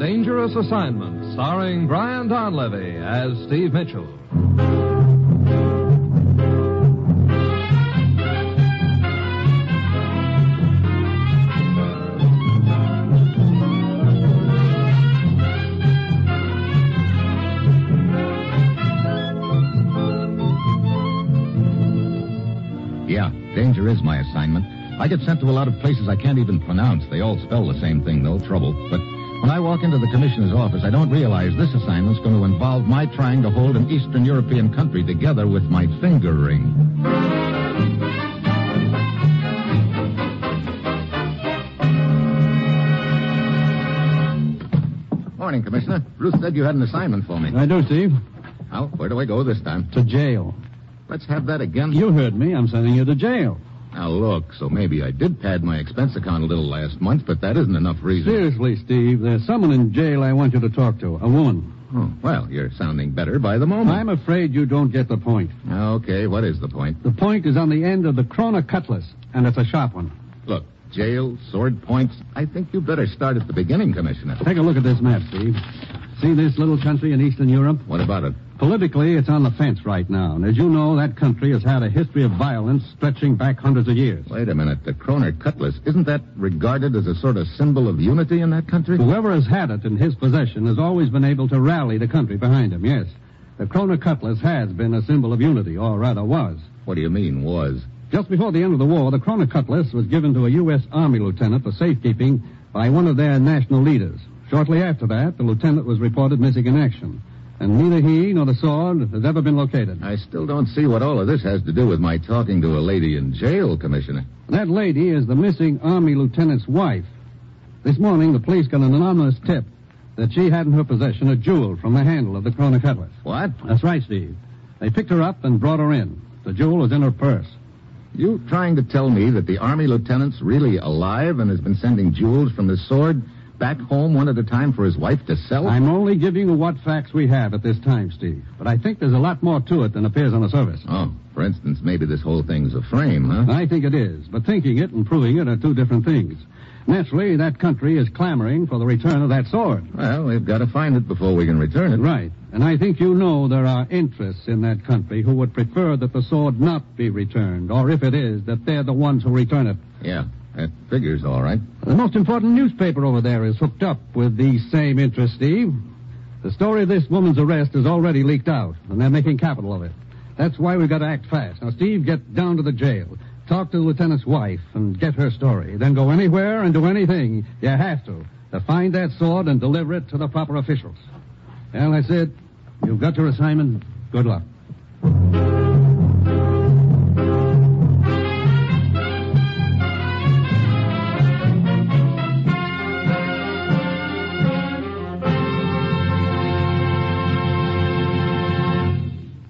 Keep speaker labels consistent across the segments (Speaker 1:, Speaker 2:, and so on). Speaker 1: Dangerous Assignment, starring Brian Donlevy as Steve Mitchell.
Speaker 2: Yeah, danger is my assignment. I get sent to a lot of places I can't even pronounce. They all spell the same thing, though, trouble. But when I walk into the commissioner's office, I don't realize this assignment's going to involve my trying to hold an Eastern European country together with my finger ring. Morning, Commissioner. Ruth said you had an assignment for me.
Speaker 3: I do, Steve.
Speaker 2: How? Where do I go this time?
Speaker 3: To jail.
Speaker 2: Let's have that again.
Speaker 3: You heard me. I'm sending you to jail.
Speaker 2: Now, look, so maybe I did pad my expense account a little last month, but that isn't enough reason.
Speaker 3: Seriously, Steve, there's someone in jail I want you to talk to. A woman.
Speaker 2: Oh, well, you're sounding better by the moment.
Speaker 3: I'm afraid you don't get the point.
Speaker 2: Okay, what is the point?
Speaker 3: The point is on the end of the Krona cutlass, and it's a sharp one.
Speaker 2: Look, jail, sword points. I think you better start at the beginning, Commissioner.
Speaker 3: Take a look at this map, Steve. See this little country in Eastern Europe?
Speaker 2: What about it?
Speaker 3: Politically, it's on the fence right now. And as you know, that country has had a history of violence stretching back hundreds of years.
Speaker 2: Wait a minute. The Kroner cutlass, isn't that regarded as a sort of symbol of unity in that country?
Speaker 3: Whoever has had it in his possession has always been able to rally the country behind him, yes. The Krona cutlass has been a symbol of unity, or rather was.
Speaker 2: What do you mean, was?
Speaker 3: Just before the end of the war, the Krona cutlass was given to a U.S. Army lieutenant for safekeeping by one of their national leaders. Shortly after that, the lieutenant was reported missing in action. And neither he nor the sword has ever been located.
Speaker 2: I still don't see what all of this has to do with my talking to a lady in jail, Commissioner.
Speaker 3: That lady is the missing Army lieutenant's wife. This morning, the police got an anonymous tip that she had in her possession a jewel from the handle of the Krona cutlass.
Speaker 2: What?
Speaker 3: That's right, Steve. They picked her up and brought her in. The jewel was in her purse.
Speaker 2: You trying to tell me that the Army lieutenant's really alive and has been sending jewels from his sword back home one at a time for his wife to sell?
Speaker 3: I'm only giving you what facts we have at this time, Steve. But I think there's a lot more to it than appears on the surface.
Speaker 2: Oh, for instance, maybe this whole thing's a frame, huh?
Speaker 3: I think it is, but thinking it and proving it are two different things. Naturally, that country is clamoring for the return of that sword.
Speaker 2: Well, we've got to find it before we can return it.
Speaker 3: Right. And I think you know there are interests in that country who would prefer that the sword not be returned, or if it is, that they're the ones who return it.
Speaker 2: Yeah, that figures all right.
Speaker 3: The most important newspaper over there is hooked up with these same interests, Steve. The story of this woman's arrest is already leaked out, and they're making capital of it. That's why we've got to act fast. Now, Steve, get down to the jail. Talk to the lieutenant's wife and get her story. Then go anywhere and do anything you have to to find that sword and deliver it to the proper officials. Well, that's it. You've got your assignment. Good luck.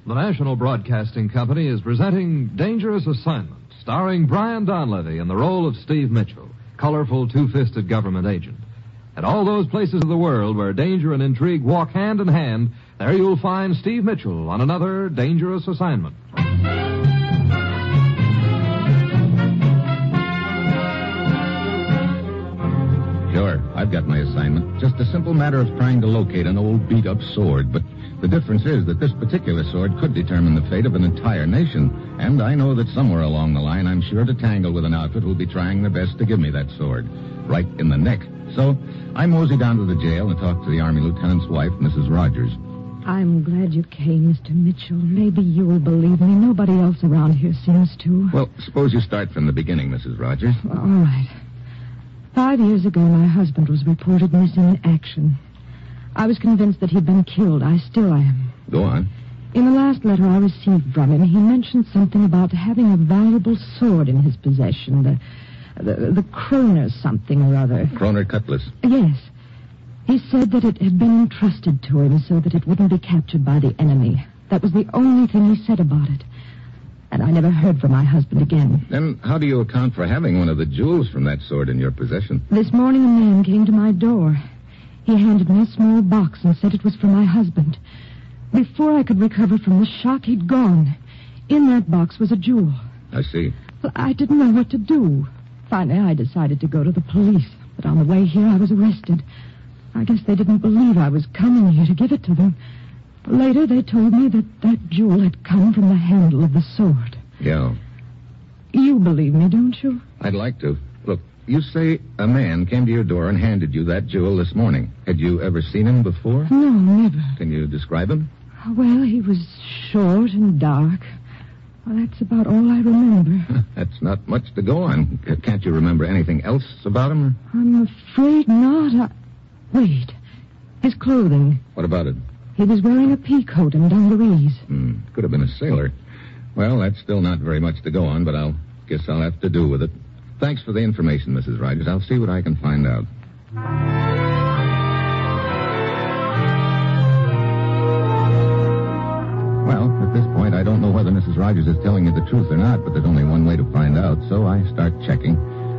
Speaker 1: The National Broadcasting Company is presenting Dangerous Assignment, starring Brian Donlevy in the role of Steve Mitchell, colorful two-fisted government agent. At all those places of the world where danger and intrigue walk hand in hand, there you'll find Steve Mitchell on another Dangerous Assignment.
Speaker 2: Sure, I've got my assignment. Just a simple matter of trying to locate an old beat up sword, but the difference is that this particular sword could determine the fate of an entire nation. And I know that somewhere along the line I'm sure to tangle with an outfit who'll be trying their best to give me that sword. Right in the neck. So I mosey down to the jail and talk to the Army Lieutenant's wife, Mrs. Rogers.
Speaker 4: I'm glad you came, Mr. Mitchell. Maybe you will believe me. Nobody else around here seems to.
Speaker 2: Well, suppose you start from the beginning, Mrs. Rogers.
Speaker 4: All right. Five years ago, my husband was reported missing in action. I was convinced that he'd been killed. I still am.
Speaker 2: Go on.
Speaker 4: In the last letter I received from him, he mentioned something about having a valuable sword in his possession, the the, the Kroner something or other.
Speaker 2: Kroner cutlass.
Speaker 4: Yes. He said that it had been entrusted to him so that it wouldn't be captured by the enemy. That was the only thing he said about it. And I never heard from my husband again.
Speaker 2: Then how do you account for having one of the jewels from that sword in your possession?
Speaker 4: This morning a man came to my door. He handed me a small box and said it was for my husband. Before I could recover from the shock, he'd gone. In that box was a jewel.
Speaker 2: I see.
Speaker 4: Well, I didn't know what to do. Finally, I decided to go to the police, but on the way here, I was arrested. I guess they didn't believe I was coming here to give it to them. Later, they told me that that jewel had come from the handle of the sword.
Speaker 2: Yeah.
Speaker 4: You believe me, don't you?
Speaker 2: I'd like to. Look, you say a man came to your door and handed you that jewel this morning. Had you ever seen him before?
Speaker 4: No, never.
Speaker 2: Can you describe him?
Speaker 4: Well, he was short and dark. Well, that's about all I remember.
Speaker 2: That's not much to go on. C- Can't you remember anything else about him?
Speaker 4: I'm afraid not. I... Wait. His clothing.
Speaker 2: What about it?
Speaker 4: He was wearing a pea coat and dungarees.
Speaker 2: Hmm, could have been a sailor. Well, that's still not very much to go on, but I'll guess I'll have to do with it. Thanks for the information, Mrs. Rogers. I'll see what I can find out. Well, at this point, I don't know whether Mrs. Rogers is telling me the truth or not, but there's only one way to find out, so I start checking.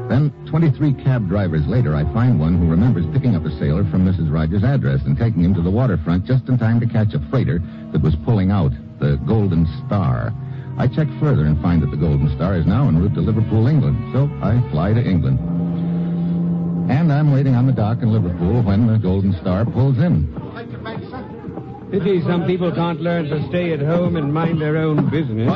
Speaker 2: Then, 23 cab drivers later, I find one who remembers picking up a sailor from Mrs. Rogers' address and taking him to the waterfront just in time to catch a freighter that was pulling out, the Golden Star. I check further and find that the Golden Star is now en route to Liverpool, England, so I fly to England. And I'm waiting on the dock in Liverpool when the Golden Star pulls in.
Speaker 3: Pity some people can't learn to stay at home and mind their own business.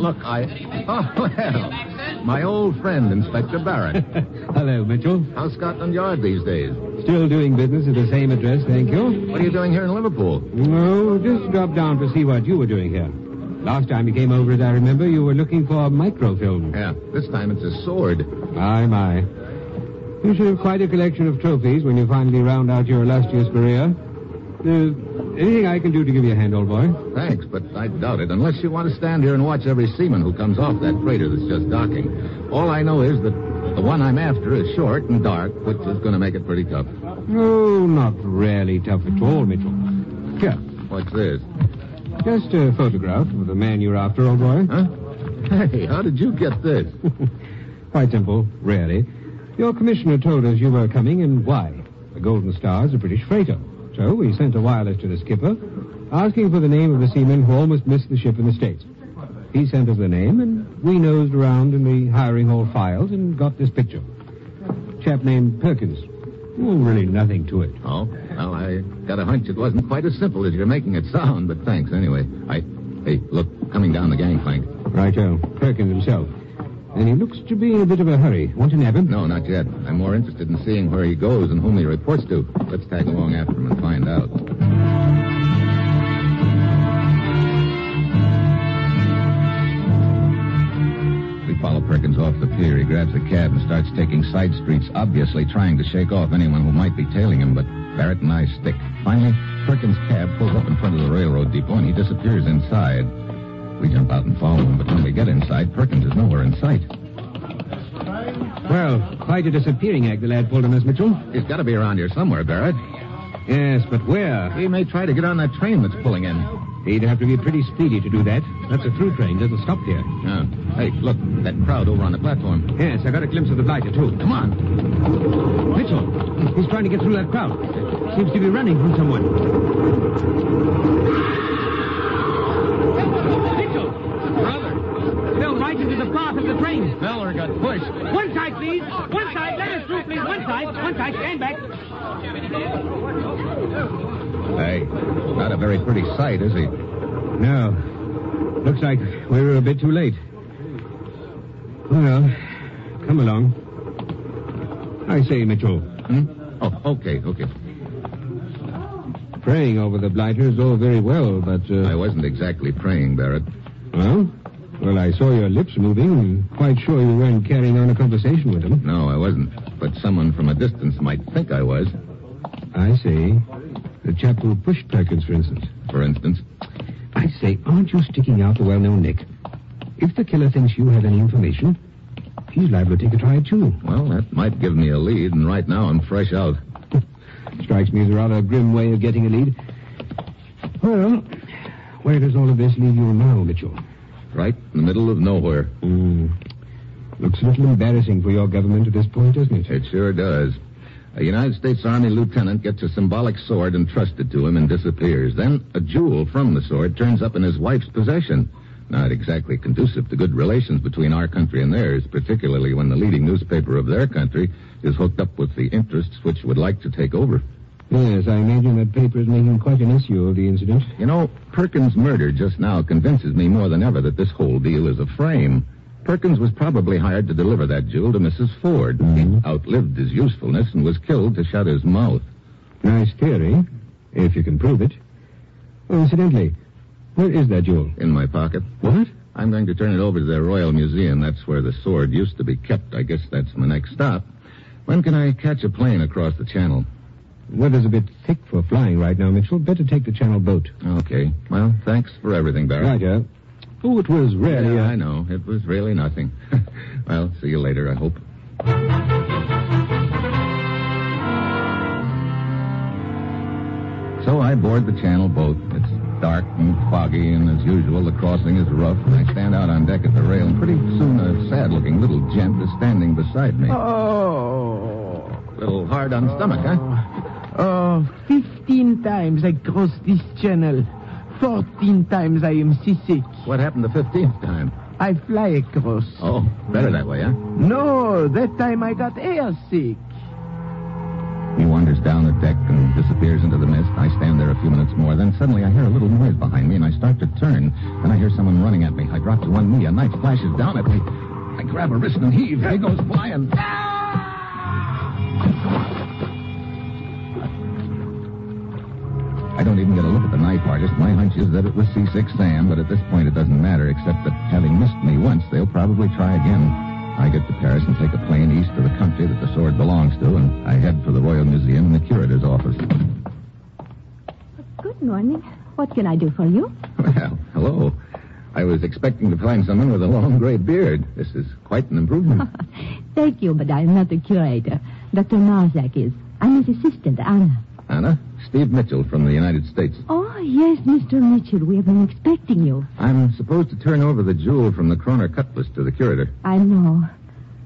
Speaker 2: Look, I. Oh, well. My old friend, Inspector Barrett.
Speaker 3: Hello, Mitchell.
Speaker 2: How's Scotland Yard these days?
Speaker 3: Still doing business at the same address, thank you.
Speaker 2: What are you doing here in Liverpool?
Speaker 3: No, just dropped down to see what you were doing here. Last time you came over, as I remember, you were looking for microfilm.
Speaker 2: Yeah, this time it's a sword.
Speaker 3: My, my. You should have quite a collection of trophies when you finally round out your illustrious career. Uh, anything I can do to give you a hand, old boy?
Speaker 2: Thanks, but I doubt it, unless you want to stand here and watch every seaman who comes off that freighter that's just docking. All I know is that the one I'm after is short and dark, which is going to make it pretty tough.
Speaker 3: No, not really tough at all, Mitchell. Here,
Speaker 2: What's this?
Speaker 3: just a photograph of the man you're after, old boy.
Speaker 2: Huh? Hey, how did you get this?
Speaker 3: Quite simple, really. Your commissioner told us you were coming and why. The Golden Star's a British freighter. So we sent a wireless to the skipper, asking for the name of the seaman who almost missed the ship in the States. He sent us the name, and we nosed around in the hiring hall files and got this picture. Chap named Perkins. Oh, really nothing to it.
Speaker 2: Oh, well, I got a hunch it wasn't quite as simple as you're making it sound, but thanks anyway. I. Hey, look, coming down the gangplank.
Speaker 3: Righto, uh, Perkins himself. And he looks to be in a bit of a hurry. Want to nab him?
Speaker 2: No, not yet. I'm more interested in seeing where he goes and whom he reports to. Let's tag along after him and find out. We follow Perkins off the pier. He grabs a cab and starts taking side streets, obviously trying to shake off anyone who might be tailing him, but Barrett and I stick. Finally, Perkins' cab pulls up in front of the railroad depot and he disappears inside. We jump out and follow him, but when we get inside, Perkins is nowhere in sight.
Speaker 3: Well, quite a disappearing act the lad pulled on us, Mitchell.
Speaker 2: He's got to be around here somewhere, Barrett.
Speaker 3: Yes, but where?
Speaker 2: He may try to get on that train that's pulling in.
Speaker 3: He'd have to be pretty speedy to do that. That's a through train. Doesn't stop here.
Speaker 2: Yeah. Uh, Hey, look, that crowd over on the platform.
Speaker 3: Yes, I got a glimpse of the blighter, too.
Speaker 2: Come on.
Speaker 3: Mitchell, he's trying to get through that crowd. Seems to be running from someone.
Speaker 5: Mitchell! Brother! Fell right into the path of the train.
Speaker 2: Feller got pushed.
Speaker 5: One side, please. One side. Let us through, please. One side. One side. Stand back.
Speaker 2: Hey, not a very pretty sight, is he?
Speaker 3: No. Looks like we were a bit too late. Well, come along. I say, Mitchell,
Speaker 2: Hmm? Oh, okay, okay.
Speaker 3: praying over the blighter is all very well, but. Uh,
Speaker 2: I wasn't exactly praying, Barrett.
Speaker 3: Well? Well, I saw your lips moving and quite sure you weren't carrying on a conversation with him.
Speaker 2: No, I wasn't. But someone from a distance might think I was,
Speaker 3: I see. The chap who pushed Perkins, for instance.
Speaker 2: for instance.
Speaker 3: I say, aren't you sticking out the well-known Nick? If the killer thinks you have any information, he's liable to take a try at you.
Speaker 2: Well, that might give me a lead, and right now I'm fresh out.
Speaker 3: Strikes me as a rather grim way of getting a lead. Well, where does all of this leave you now, Mitchell?
Speaker 2: Right in the middle of nowhere.
Speaker 3: Hmm. Looks a little embarrassing for your government at this point, doesn't
Speaker 2: It sure does. A United States Army lieutenant gets a symbolic sword entrusted to him and disappears. Then a jewel from the sword turns up in his wife's possession. Not exactly conducive to good relations between our country and theirs, particularly when the leading newspaper of their country is hooked up with the interests which would like to take over.
Speaker 3: Yeah, Yes, I imagine that paper is making quite an issue of the incident.
Speaker 2: You know, Perkins' murder just now convinces me more than ever that this whole deal is a frame. Perkins was probably hired to deliver that jewel to Mrs. Ford. He outlived his usefulness and was killed to shut his mouth.
Speaker 3: Nice theory, if you can prove it. Oh, incidentally, where is that jewel?
Speaker 2: In my pocket.
Speaker 3: What?
Speaker 2: I'm going to turn it over to the Royal Museum. That's where the sword used to be kept. I guess that's my next stop. When can I catch a plane across the channel?
Speaker 3: Weather's a bit thick for flying right now, Mitchell. Better take the channel boat.
Speaker 2: Okay. Well, thanks for everything, Barry.
Speaker 3: Roger. Oh, it was really.
Speaker 2: Yeah,
Speaker 3: uh,
Speaker 2: I know. It was really nothing. well, see you later, I hope. So I board the channel boat. It's dark and foggy, and as usual, the crossing is rough. I stand out on deck at the rail, and pretty soon a sad looking little gent is standing beside me.
Speaker 6: Oh.
Speaker 2: Little hard on the stomach, huh?
Speaker 6: Oh, 15 times I crossed this channel. 14 times I am seasick.
Speaker 2: What happened the 15th time?
Speaker 6: I fly across.
Speaker 2: Oh, better that way, huh?
Speaker 6: No, that time I got air sick.
Speaker 2: He wanders down the deck and disappears into the mist. I stand there a few minutes more. Then suddenly I hear a little noise behind me and I start to turn. Then I hear someone running at me. I drop to one knee. A knife flashes down at me. I grab a wrist and heave. He goes flying. I don't even get a look at the knife artist. My hunch is that it was C6 Sam, but at this point it doesn't matter, except that having missed me once, they'll probably try again. I get to Paris and take a plane east to the country that the sword belongs to, and I head for the Royal Museum and the curator's office.
Speaker 4: Good morning. What can I do for you?
Speaker 2: Well, hello. I was expecting to find someone with a long gray beard. This is quite an improvement.
Speaker 4: Thank you, but I'm not a curator. Dr. Marzak is. I'm his assistant, Anna.
Speaker 2: Anna, Steve Mitchell from the United States.
Speaker 4: Oh, yes, Mr. Mitchell, we have been expecting you.
Speaker 2: I'm supposed to turn over the jewel from the Kroner cutlass to the curator.
Speaker 4: I know.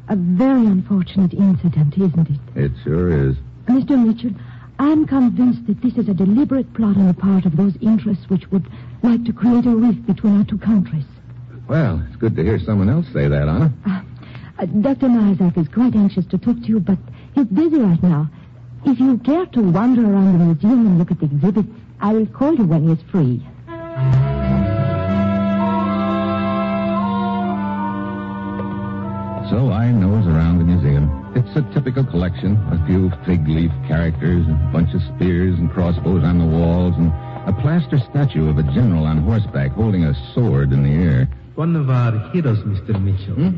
Speaker 4: A very unfortunate incident, isn't it?
Speaker 2: It sure is.
Speaker 4: Mr. Mitchell, I'm convinced that this is a deliberate plot on the part of those interests which would like to create a rift between our two countries.
Speaker 2: Well, it's good to hear someone else say that, Anna.
Speaker 4: Ah, uh, Dr. Marzak is quite anxious to talk to you, but he's busy right now. If you care to wander around the museum and look at the exhibits, I will call you when he is free.
Speaker 2: So I nose around the museum. It's a typical collection. A few fig leaf characters, a bunch of spears and crossbows on the walls, and a plaster statue of a general on horseback holding a sword in the air.
Speaker 7: One of our heroes, Mr. Mitchell.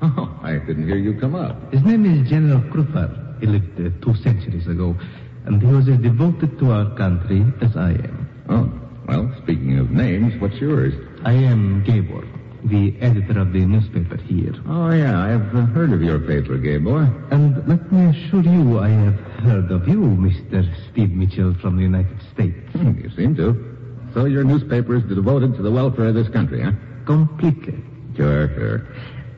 Speaker 2: Oh, I didn't hear you come up.
Speaker 7: His name is General Kruger. He lived uh, two centuries ago, and he was as devoted to our country as I am.
Speaker 2: Oh, well, speaking of names, what's yours?
Speaker 7: I am Gabor, the editor of the newspaper here.
Speaker 2: Oh, yeah, I've uh, heard of your paper, Gabor.
Speaker 7: And let me assure you, I have heard of you, Mr. Steve Mitchell from the United States.
Speaker 2: Hmm, you seem to. So your newspaper is devoted to the welfare of this country, huh?
Speaker 7: Completely.
Speaker 2: Sure, sure.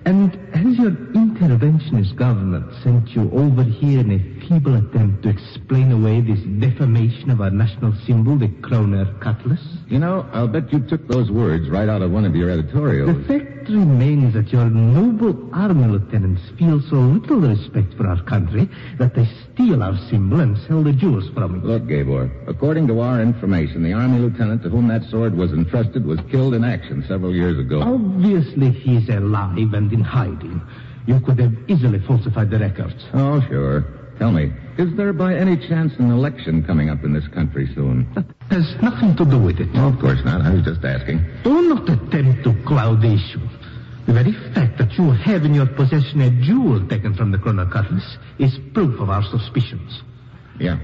Speaker 7: And has your interventionist government sent you over here in a feeble attempt to explain away this defamation of our national symbol, the Kroner cutlass?
Speaker 2: You know, I'll bet you took those words right out of one of your
Speaker 7: The
Speaker 2: editorials.
Speaker 7: fact remains that your noble army lieutenants feel so little respect for our country that they steal our symbol and sell the jewels from it.
Speaker 2: Look, Gabor, according to our information, the Army lieutenant to whom that sword was entrusted was killed in action several years ago.
Speaker 7: Obviously, he's alive and in hiding. You could have easily falsified the records.
Speaker 2: Oh, sure. Tell me, is there by any chance an election coming up in this country soon?
Speaker 7: That has nothing to do with it.
Speaker 2: of course not. I was just asking.
Speaker 7: Do not attempt to cloud the issue. The very fact that you have in your possession a jewel taken from the Colonel Cutlass is proof of our suspicions.
Speaker 2: Yeah.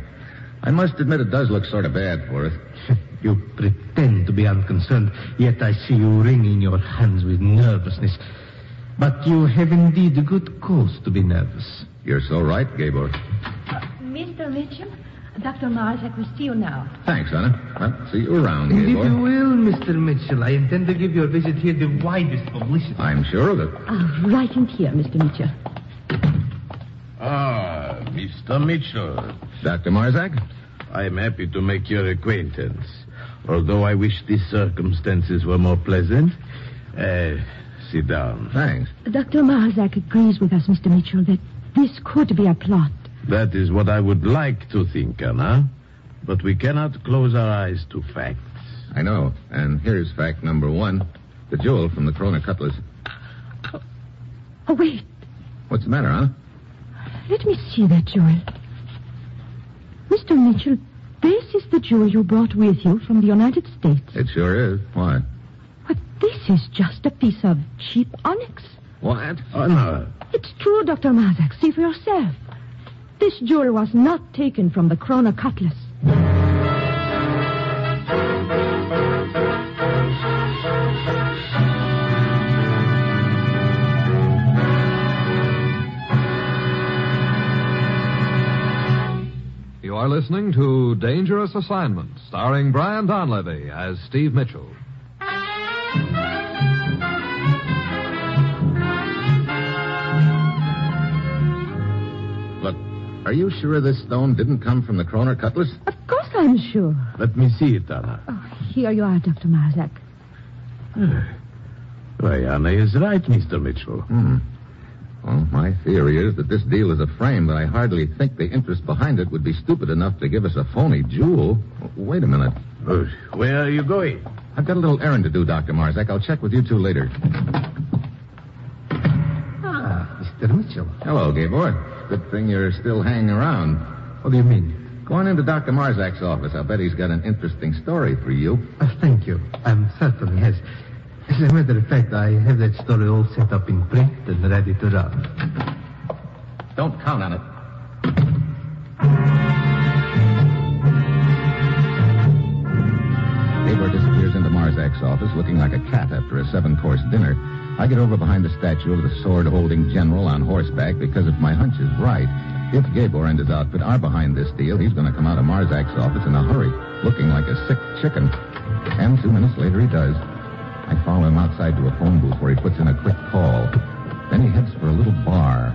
Speaker 2: I must admit it does look sort of bad for us.
Speaker 7: You pretend to be unconcerned, yet I see you wringing your hands with nervousness. But you have indeed good cause to be nervous.
Speaker 2: You're so right, Gabor.
Speaker 4: Mr. Mitchell, Dr. Marzak will see you now.
Speaker 2: Thanks, Anna. Well, see you around,
Speaker 7: Indeed you
Speaker 2: Gabor.
Speaker 7: will, Mr. Mitchell. I intend to give your visit here the widest publicity.
Speaker 2: I'm sure of it.
Speaker 4: Ah, right in here, Mr. Mitchell.
Speaker 1: Ah, Mr. Mitchell.
Speaker 2: Dr. Marzak?
Speaker 1: I'm happy to make your acquaintance. Although I wish the circumstances were more pleasant. Uh, sit down.
Speaker 2: Thanks.
Speaker 4: Dr. Marzak agrees with us, Mr. Mitchell, that this could be a plot.
Speaker 1: That is what I would like to think, Anna.
Speaker 8: But we cannot close our eyes to facts.
Speaker 2: I know. And here's fact number one the jewel from the Corona Cutlass.
Speaker 4: Oh, wait.
Speaker 2: What's the matter, huh?
Speaker 4: Let me see that jewel. Mr. Mitchell, this is the jewel you brought with you from the United States.
Speaker 2: It sure is. Why?
Speaker 4: This is just a piece of cheap onyx.
Speaker 2: What?
Speaker 4: It's true, Dr. Mazak. See for yourself. This jewel was not taken from the Krona cutlass.
Speaker 1: You are listening to Dangerous Assignment, starring Brian Donlevy as Steve Mitchell.
Speaker 2: Look, are you sure this stone didn't come from the Kroner Cutlass?
Speaker 4: Of course I'm sure. Oh,
Speaker 8: Let me see it, Anna.
Speaker 4: Here you are, Dr. Mazak.
Speaker 8: Why, Anna is right, Mr. Mitchell.
Speaker 2: Hmm. Well, my theory is that this deal is a frame, but I hardly think the interest behind it would be stupid enough to give us a phony jewel. Wait a minute.
Speaker 8: Uh, Where are you going?
Speaker 2: I've got a little errand to do, Dr. Marzak. I'll check with you two later.
Speaker 7: Ah, Mr. Mitchell.
Speaker 2: Hello, Gabor. Good thing you're still hanging around.
Speaker 7: What do you mean?
Speaker 2: Go on into Dr. Marzak's office. I'll bet he's got an interesting story for you.
Speaker 7: Ah, thank you. I'm certainly yes. As a matter of fact, I have that story all set up in print and ready to run.
Speaker 2: Don't count on it. Gabor disappears into Marzak's office looking like a cat after a seven course dinner. I get over behind the statue of the sword holding general on horseback because if my hunch is right, if Gabor and his outfit are behind this deal, he's going to come out of Marzak's office in a hurry, looking like a sick chicken. And two minutes later, he does. I follow him outside to a phone booth where he puts in a quick call. Then he heads for a little bar.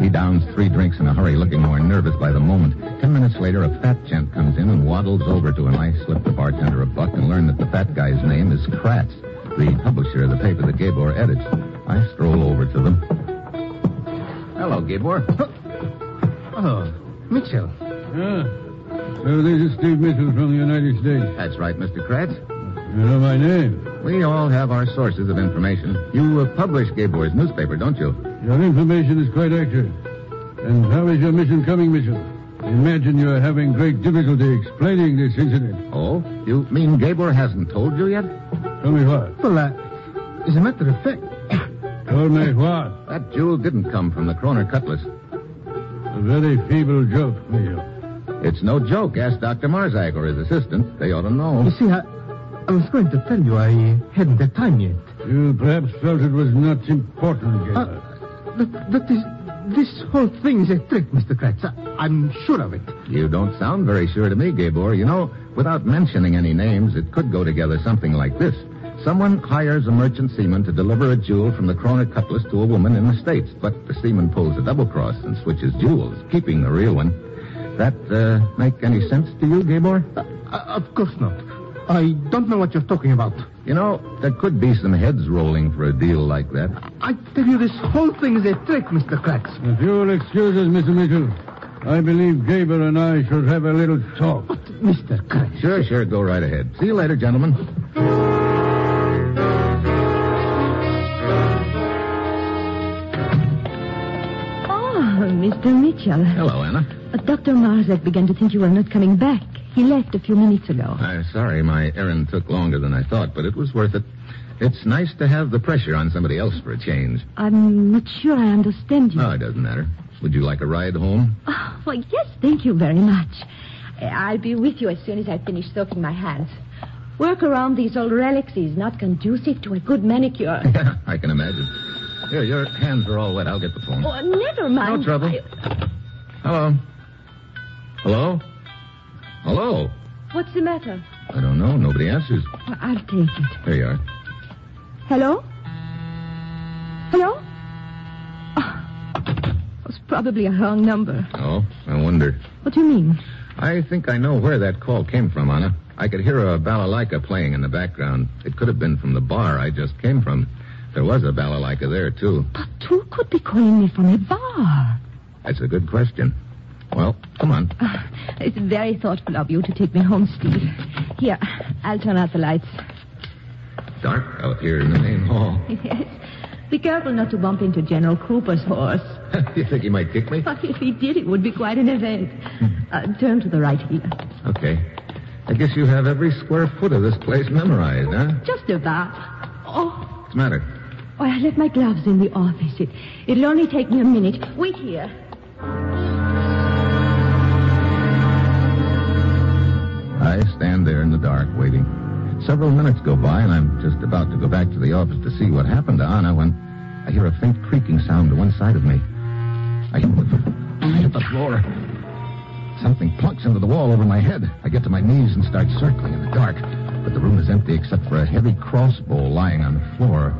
Speaker 2: He downs three drinks in a hurry, looking more nervous by the moment. Ten minutes later, a fat gent comes in and waddles over to him. I slip the bartender a buck and learn that the fat guy's name is Kratz, the publisher of the paper that Gabor edits. I stroll over to them. Hello, Gabor.
Speaker 7: Oh, Mitchell.
Speaker 3: So Oh, this is Steve Mitchell from the United States.
Speaker 2: That's right, Mr. Kratz.
Speaker 3: You know my name.
Speaker 2: We all have our sources of information. You uh, publish Gabor's newspaper, don't you?
Speaker 3: Your information is quite accurate. And how is your mission coming, Mitchell? I imagine you're having great difficulty explaining this incident.
Speaker 2: Oh? You mean Gabor hasn't told you yet?
Speaker 3: Tell me what.
Speaker 7: Well, uh, as a matter of fact,
Speaker 3: Tell me what.
Speaker 2: That jewel didn't come from the Kroner Cutlass.
Speaker 3: A very feeble joke, Mitchell.
Speaker 2: It's no joke. Ask Dr. Marzak or his assistant. They ought to know.
Speaker 7: you see, I, I was going to tell you I uh, hadn't the time yet.
Speaker 3: You perhaps felt it was not important, Gabor.
Speaker 7: Uh, that, that is, this whole thing is a trick, Mr. Kratz. I, I'm sure of it.
Speaker 2: You don't sound very sure to me, Gabor. You know, without mentioning any names, it could go together something like this. Someone hires a merchant seaman to deliver a jewel from the Kroner Cutlass to a woman in the States, but the seaman pulls a double cross and switches jewels, keeping the real one. That uh, make any sense to you, Gabor?
Speaker 7: Uh, uh, of course not. I don't know what you're talking about.
Speaker 2: You know, there could be some heads rolling for a deal like that.
Speaker 7: I tell you, this whole thing is a trick, Mr. Kratz.
Speaker 3: If you'll excuse us, Mr. Mitchell, I believe Gabor and I should have a little talk.
Speaker 7: Mr. Kratz.
Speaker 2: Sure, sure, go right ahead. See you later, gentlemen.
Speaker 4: Oh, Mr. Mitchell.
Speaker 2: Hello, Anna.
Speaker 4: Uh, Dr. Marzak began to think you were not coming back. He left a few minutes ago.
Speaker 2: I'm sorry my errand took longer than I thought, but it was worth it. It's nice to have the pressure on somebody else for a change.
Speaker 4: I'm not sure I understand you.
Speaker 2: Oh, it doesn't matter. Would you like a ride home?
Speaker 4: Oh, well, yes, thank you very much. Uh, I'll be with you as soon as I finish soaking my hands. Work around these old relics is not conducive to a good manicure.
Speaker 2: I can imagine. Here, your hands are all wet. I'll get the phone.
Speaker 4: Oh, never mind.
Speaker 2: No trouble.
Speaker 4: I-
Speaker 2: Hello. Hello? Hello?
Speaker 4: what's the matter?
Speaker 2: I don't know. Nobody answers.
Speaker 4: Well, I'll take it.
Speaker 2: There you are.
Speaker 4: Hello? Hello? Oh, it was probably a wrong number.
Speaker 2: Oh, I wonder.
Speaker 4: What do you mean?
Speaker 2: I think I know where that call came from, Anna. I could hear a balalaika playing in the background. It could have been from the bar I just came from. There was a balalaika there, too.
Speaker 4: But
Speaker 9: who could be calling me from a bar?
Speaker 2: That's a good question. Well, come on.
Speaker 4: Ah, It's very thoughtful of you to take me home, Steve. Here, I'll turn out the lights.
Speaker 2: Dark out here in the main hall.
Speaker 4: Yes. Be careful not to bump into General Cooper's horse.
Speaker 2: you think he might kick me?
Speaker 4: But if he did, it would be quite an event. Uh, turn to the right here.
Speaker 2: Okay. I guess you have every square foot of this place memorized, huh?
Speaker 4: Just about. Oh,
Speaker 2: What's the matter?
Speaker 4: oh I left my gloves in the office. It, it'll only take me a minute. Wait here.
Speaker 2: I stand there in the dark waiting. Several minutes go by, and I'm just about to go back to the office to see what happened to Anna when I hear a faint creaking sound to one side of me. I I hit the floor. Something plunks into the wall over my head. I get to my knees and start circling in the dark. But the room is empty except for a heavy crossbow lying on the floor.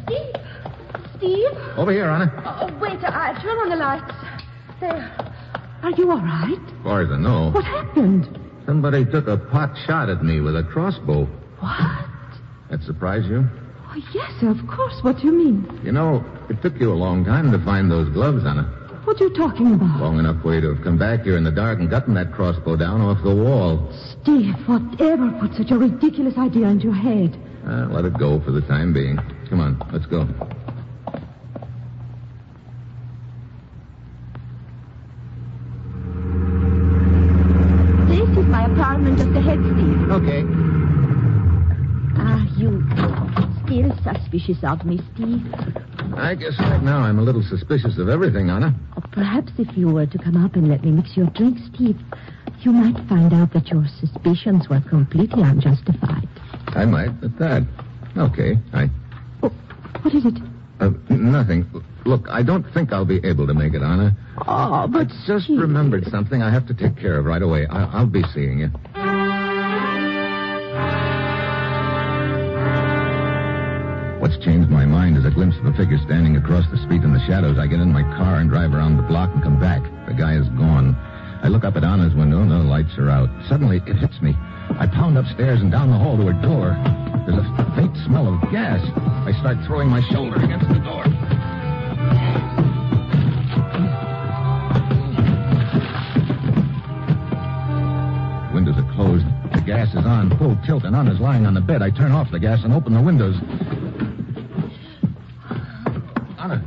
Speaker 10: Steve? Steve?
Speaker 2: Over here, Anna.
Speaker 10: Oh, wait, I'll turn on the lights. There.
Speaker 4: Are you all right?
Speaker 2: As far as I know.
Speaker 4: What happened?
Speaker 2: Somebody took a pot shot at me with a crossbow.
Speaker 4: What?
Speaker 2: That surprised you?
Speaker 4: Oh, yes, of course. What do you mean?
Speaker 2: You know, it took you a long time to find those gloves, Anna.
Speaker 4: What are you talking about?
Speaker 2: Long enough for you to have come back here in the dark and gotten that crossbow down off the wall.
Speaker 9: Steve, whatever put such a ridiculous idea into your head?
Speaker 2: Uh, let it go for the time being. Come on, let's go.
Speaker 4: This is my apartment just ahead, Steve.
Speaker 2: Okay.
Speaker 4: Are Ah, you still suspicious of me, Steve?
Speaker 2: I guess right now I'm a little suspicious of everything, Anna.
Speaker 4: Or perhaps if you were to come up and let me mix your drink, Steve, you might find out that your suspicions were completely unjustified.
Speaker 2: I might at that. Okay, I.
Speaker 4: What is it?
Speaker 2: Uh, nothing. Look, I don't think I'll be able to make it, Anna.
Speaker 4: Oh,
Speaker 2: but. I just remembered something I have to take care of right away. I- I'll be seeing you. What's changed my mind is a glimpse of a figure standing across the street in the shadows. I get in my car and drive around the block and come back. The guy is gone. I look up at Anna's window and the lights are out. Suddenly, it hits me. I pound upstairs and down the hall to her door. There's a faint smell of gas. I start throwing my shoulder against the door. Windows are closed. The gas is on full tilt, and Anna's lying on the bed. I turn off the gas and open the windows. Anna.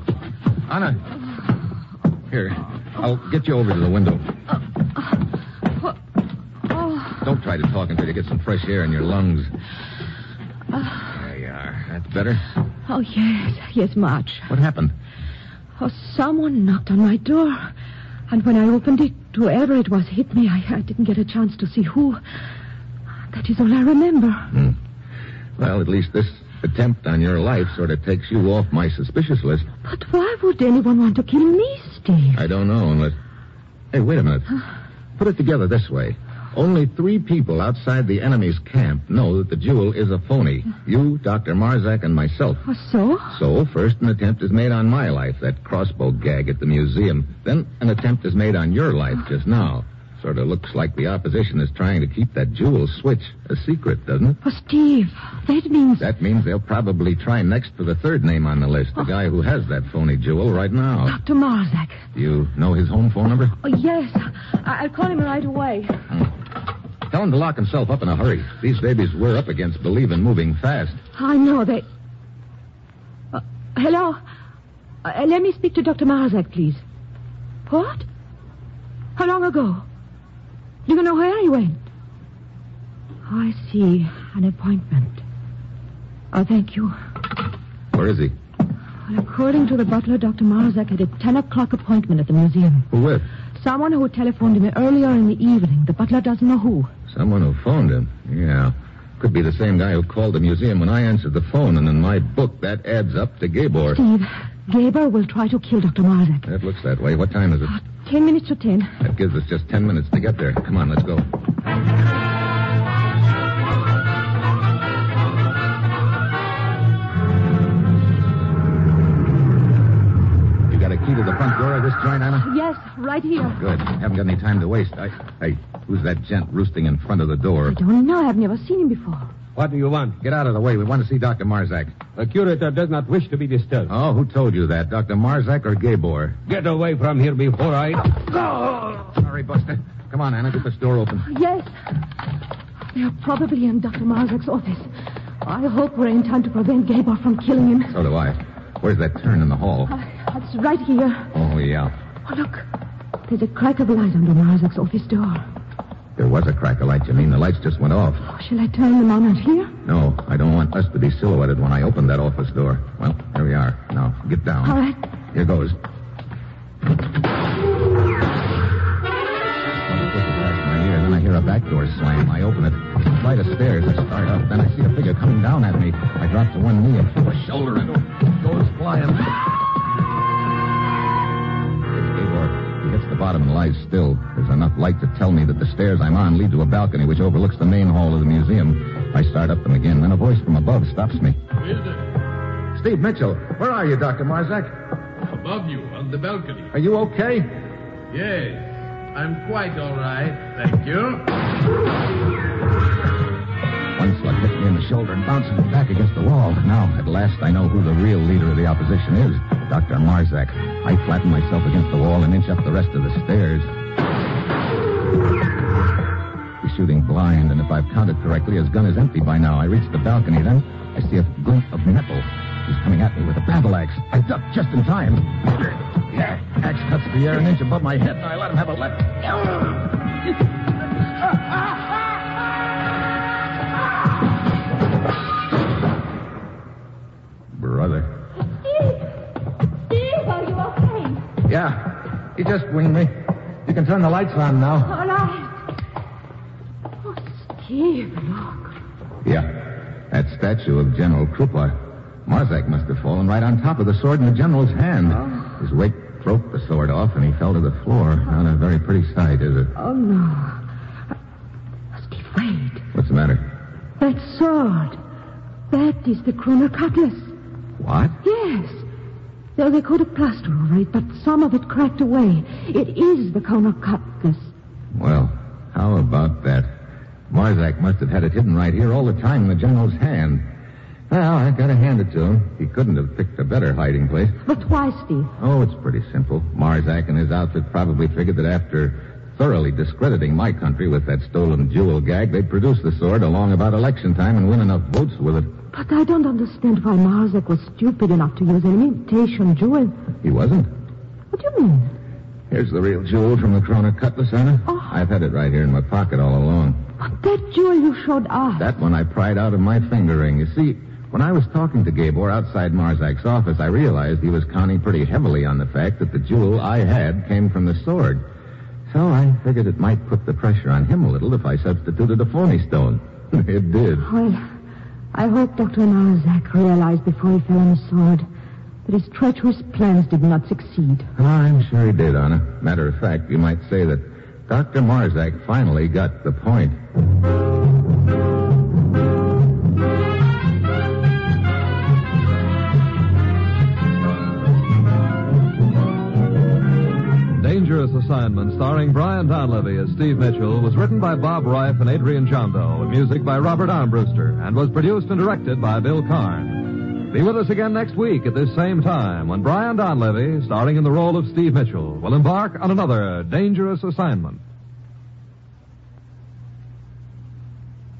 Speaker 2: Anna. Here. I'll get you over to the window. Don't try to talk until you get some fresh air in your lungs. There you are. That's better.
Speaker 4: Oh, yes, yes, March.
Speaker 2: What happened?
Speaker 4: Oh, someone knocked on my door. And when I opened it, whoever it was hit me. I, I didn't get a chance to see who. That is all I remember.
Speaker 2: Well, at least this attempt on your life sort of takes you off my suspicious list.
Speaker 4: But why would anyone want to kill me, Steve?
Speaker 2: I don't know unless. Hey, wait a minute. Put it together this way. Only three people outside the enemy's camp know that the jewel is a phony. You, Dr. Marzak, and myself.
Speaker 4: Or Oh, so?
Speaker 2: So, first an attempt is made on my life, that crossbow gag at the museum. Then an attempt is made on your life just now. Sort of looks like the opposition is trying to keep that jewel switch a secret, doesn't it?
Speaker 9: Oh, Steve, that means.
Speaker 2: That means they'll probably try next for the third name on the list, the guy who has that phony jewel right now.
Speaker 4: Dr. Marzak.
Speaker 2: You know his home phone number?
Speaker 4: Oh, yes. I- I'll call him right away.
Speaker 2: Tell him to lock himself up in a hurry. These babies we're up against believe in moving fast.
Speaker 4: I know they. Uh, hello? Uh, let me speak to Dr. Marzak, please. What? How long ago? Do you know where he went? Oh, I see. An appointment. Oh, thank you.
Speaker 2: Where is he?
Speaker 4: Well, according to the butler, Dr. Marzak had a 10 o'clock appointment at the museum.
Speaker 2: Who with?
Speaker 4: Someone who telephoned him earlier in the evening. The butler doesn't know who.
Speaker 2: Someone who phoned him. Yeah. Could be the same guy who called the museum when I answered the phone, and in my book, that adds up to Gabor.
Speaker 4: Steve, Gaber will try to kill Dr. Marzak.
Speaker 2: That looks that way. What time is it?
Speaker 4: Ten minutes to ten.
Speaker 2: That gives us just ten minutes to get there. Come on, let's go. You got a key to the front door of this joint, Anna?
Speaker 4: Yes, right here.
Speaker 2: Good. Haven't got any time to waste. I, hey, who's that gent roosting in front of the door?
Speaker 4: I don't know. I've never seen him before.
Speaker 11: What do you want?
Speaker 2: Get out of the way. We want to see Dr. Marzak.
Speaker 11: The curator does not wish to be disturbed.
Speaker 2: Oh, who told you that? Dr. Marzak or Gabor?
Speaker 11: Get away from here before I.
Speaker 2: Sorry, Buster. Come on, Anna, get this door open.
Speaker 4: Yes. They are probably in Dr. Marzak's office. I hope we're in time to prevent Gabor from killing him.
Speaker 2: So do I. Where's that turn in the hall?
Speaker 4: That's right here.
Speaker 2: Oh, yeah.
Speaker 4: Oh, look. There's a crack of light under Marzak's office door.
Speaker 2: There was a crack of light, Janine. The lights just went off.
Speaker 4: Oh, shall I turn them on out here?
Speaker 2: No, I don't want us to be silhouetted when I open that office door. Well, here we are. Now, get down.
Speaker 4: All right.
Speaker 2: Here goes. My ear, then I hear a back door slam. I open it. Fly the stairs. I start up. Then I see a figure coming down at me. I drop to one knee and throw a shoulder into him. Goes flying. It's Gabor. He hits the bottom and lies still. There's enough light to tell me that the stairs I'm on lead to a balcony which overlooks the main hall of the museum. I start up them again. Then a voice from above stops me. Steve Mitchell, where are you, Dr. Marzak?
Speaker 12: Above you, on the balcony.
Speaker 2: Are you okay?
Speaker 12: Yes, I'm quite all right, thank you.
Speaker 2: One slug hits me in the shoulder and bounces me back against the wall. Now, at last, I know who the real leader of the opposition is Dr. Marzak. I flatten myself against the wall and inch up the rest of the stairs. He's shooting blind, and if I've counted correctly, his gun is empty by now. I reach the balcony, then I see a glint of metal. He's coming at me with a battle axe. I duck just in time. Yeah, axe cuts the air an inch above my head, and I let him have a left. Brother.
Speaker 10: Steve, are you okay?
Speaker 2: Yeah, he just winged me. You can turn the lights on now.
Speaker 10: All right.
Speaker 4: Steve, look.
Speaker 2: Yeah, that statue of General Krupa. Marzak must have fallen right on top of the sword in the general's hand. His weight broke the sword off, and he fell to the floor. Not a very pretty sight, is it?
Speaker 4: Oh, no. Steve, wait.
Speaker 2: What's the matter?
Speaker 4: That sword. That is the Kroner cutlass.
Speaker 2: What?
Speaker 4: Yes. There's a coat of plaster over it, but some of it cracked away. It is the Kroner cutlass.
Speaker 2: Well, how about that? Marzak must have had it hidden right here all the time in the general's hand. Well, I gotta hand it to him. He couldn't have picked a better hiding place.
Speaker 4: But why, Steve?
Speaker 2: Oh, it's pretty simple. Marzak and his outfit probably figured that after thoroughly discrediting my country with that stolen jewel gag, they'd produce the sword along about election time and win enough votes with it.
Speaker 4: But I don't understand why Marzak was stupid enough to use an imitation jewel.
Speaker 2: He wasn't.
Speaker 4: What do you mean?
Speaker 2: Here's the real jewel from the Kroner cutlass, Anna. I've had it right here in my pocket all along.
Speaker 4: But that jewel you showed us.
Speaker 2: That one I pried out of my finger ring. You see, when I was talking to Gabor outside Marzak's office, I realized he was counting pretty heavily on the fact that the jewel I had came from the sword. So I figured it might put the pressure on him a little if I substituted a phony stone. it did.
Speaker 4: Well, I hope Dr. Marzak realized before he fell on the sword that his treacherous plans did not succeed.
Speaker 2: Ah, I'm sure he did, Anna. Matter of fact, you might say that Dr. Marzak finally got the point.
Speaker 3: Dangerous Assignment, starring Brian Donlevy as Steve Mitchell, was written by Bob Reif and Adrian Jumbo, with music by Robert Armbruster, and was produced and directed by Bill Karn. Be with us again next week at this same time when Brian Donlevy, starring in the role of Steve Mitchell, will embark on another Dangerous Assignment.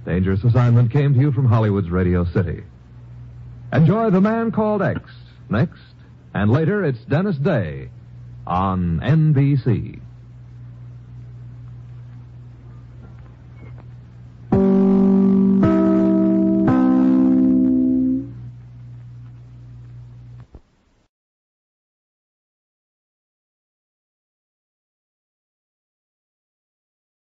Speaker 3: Dangerous Assignment came to you from Hollywood's Radio City. Enjoy The Man Called X next, and later it's Dennis Day on NBC.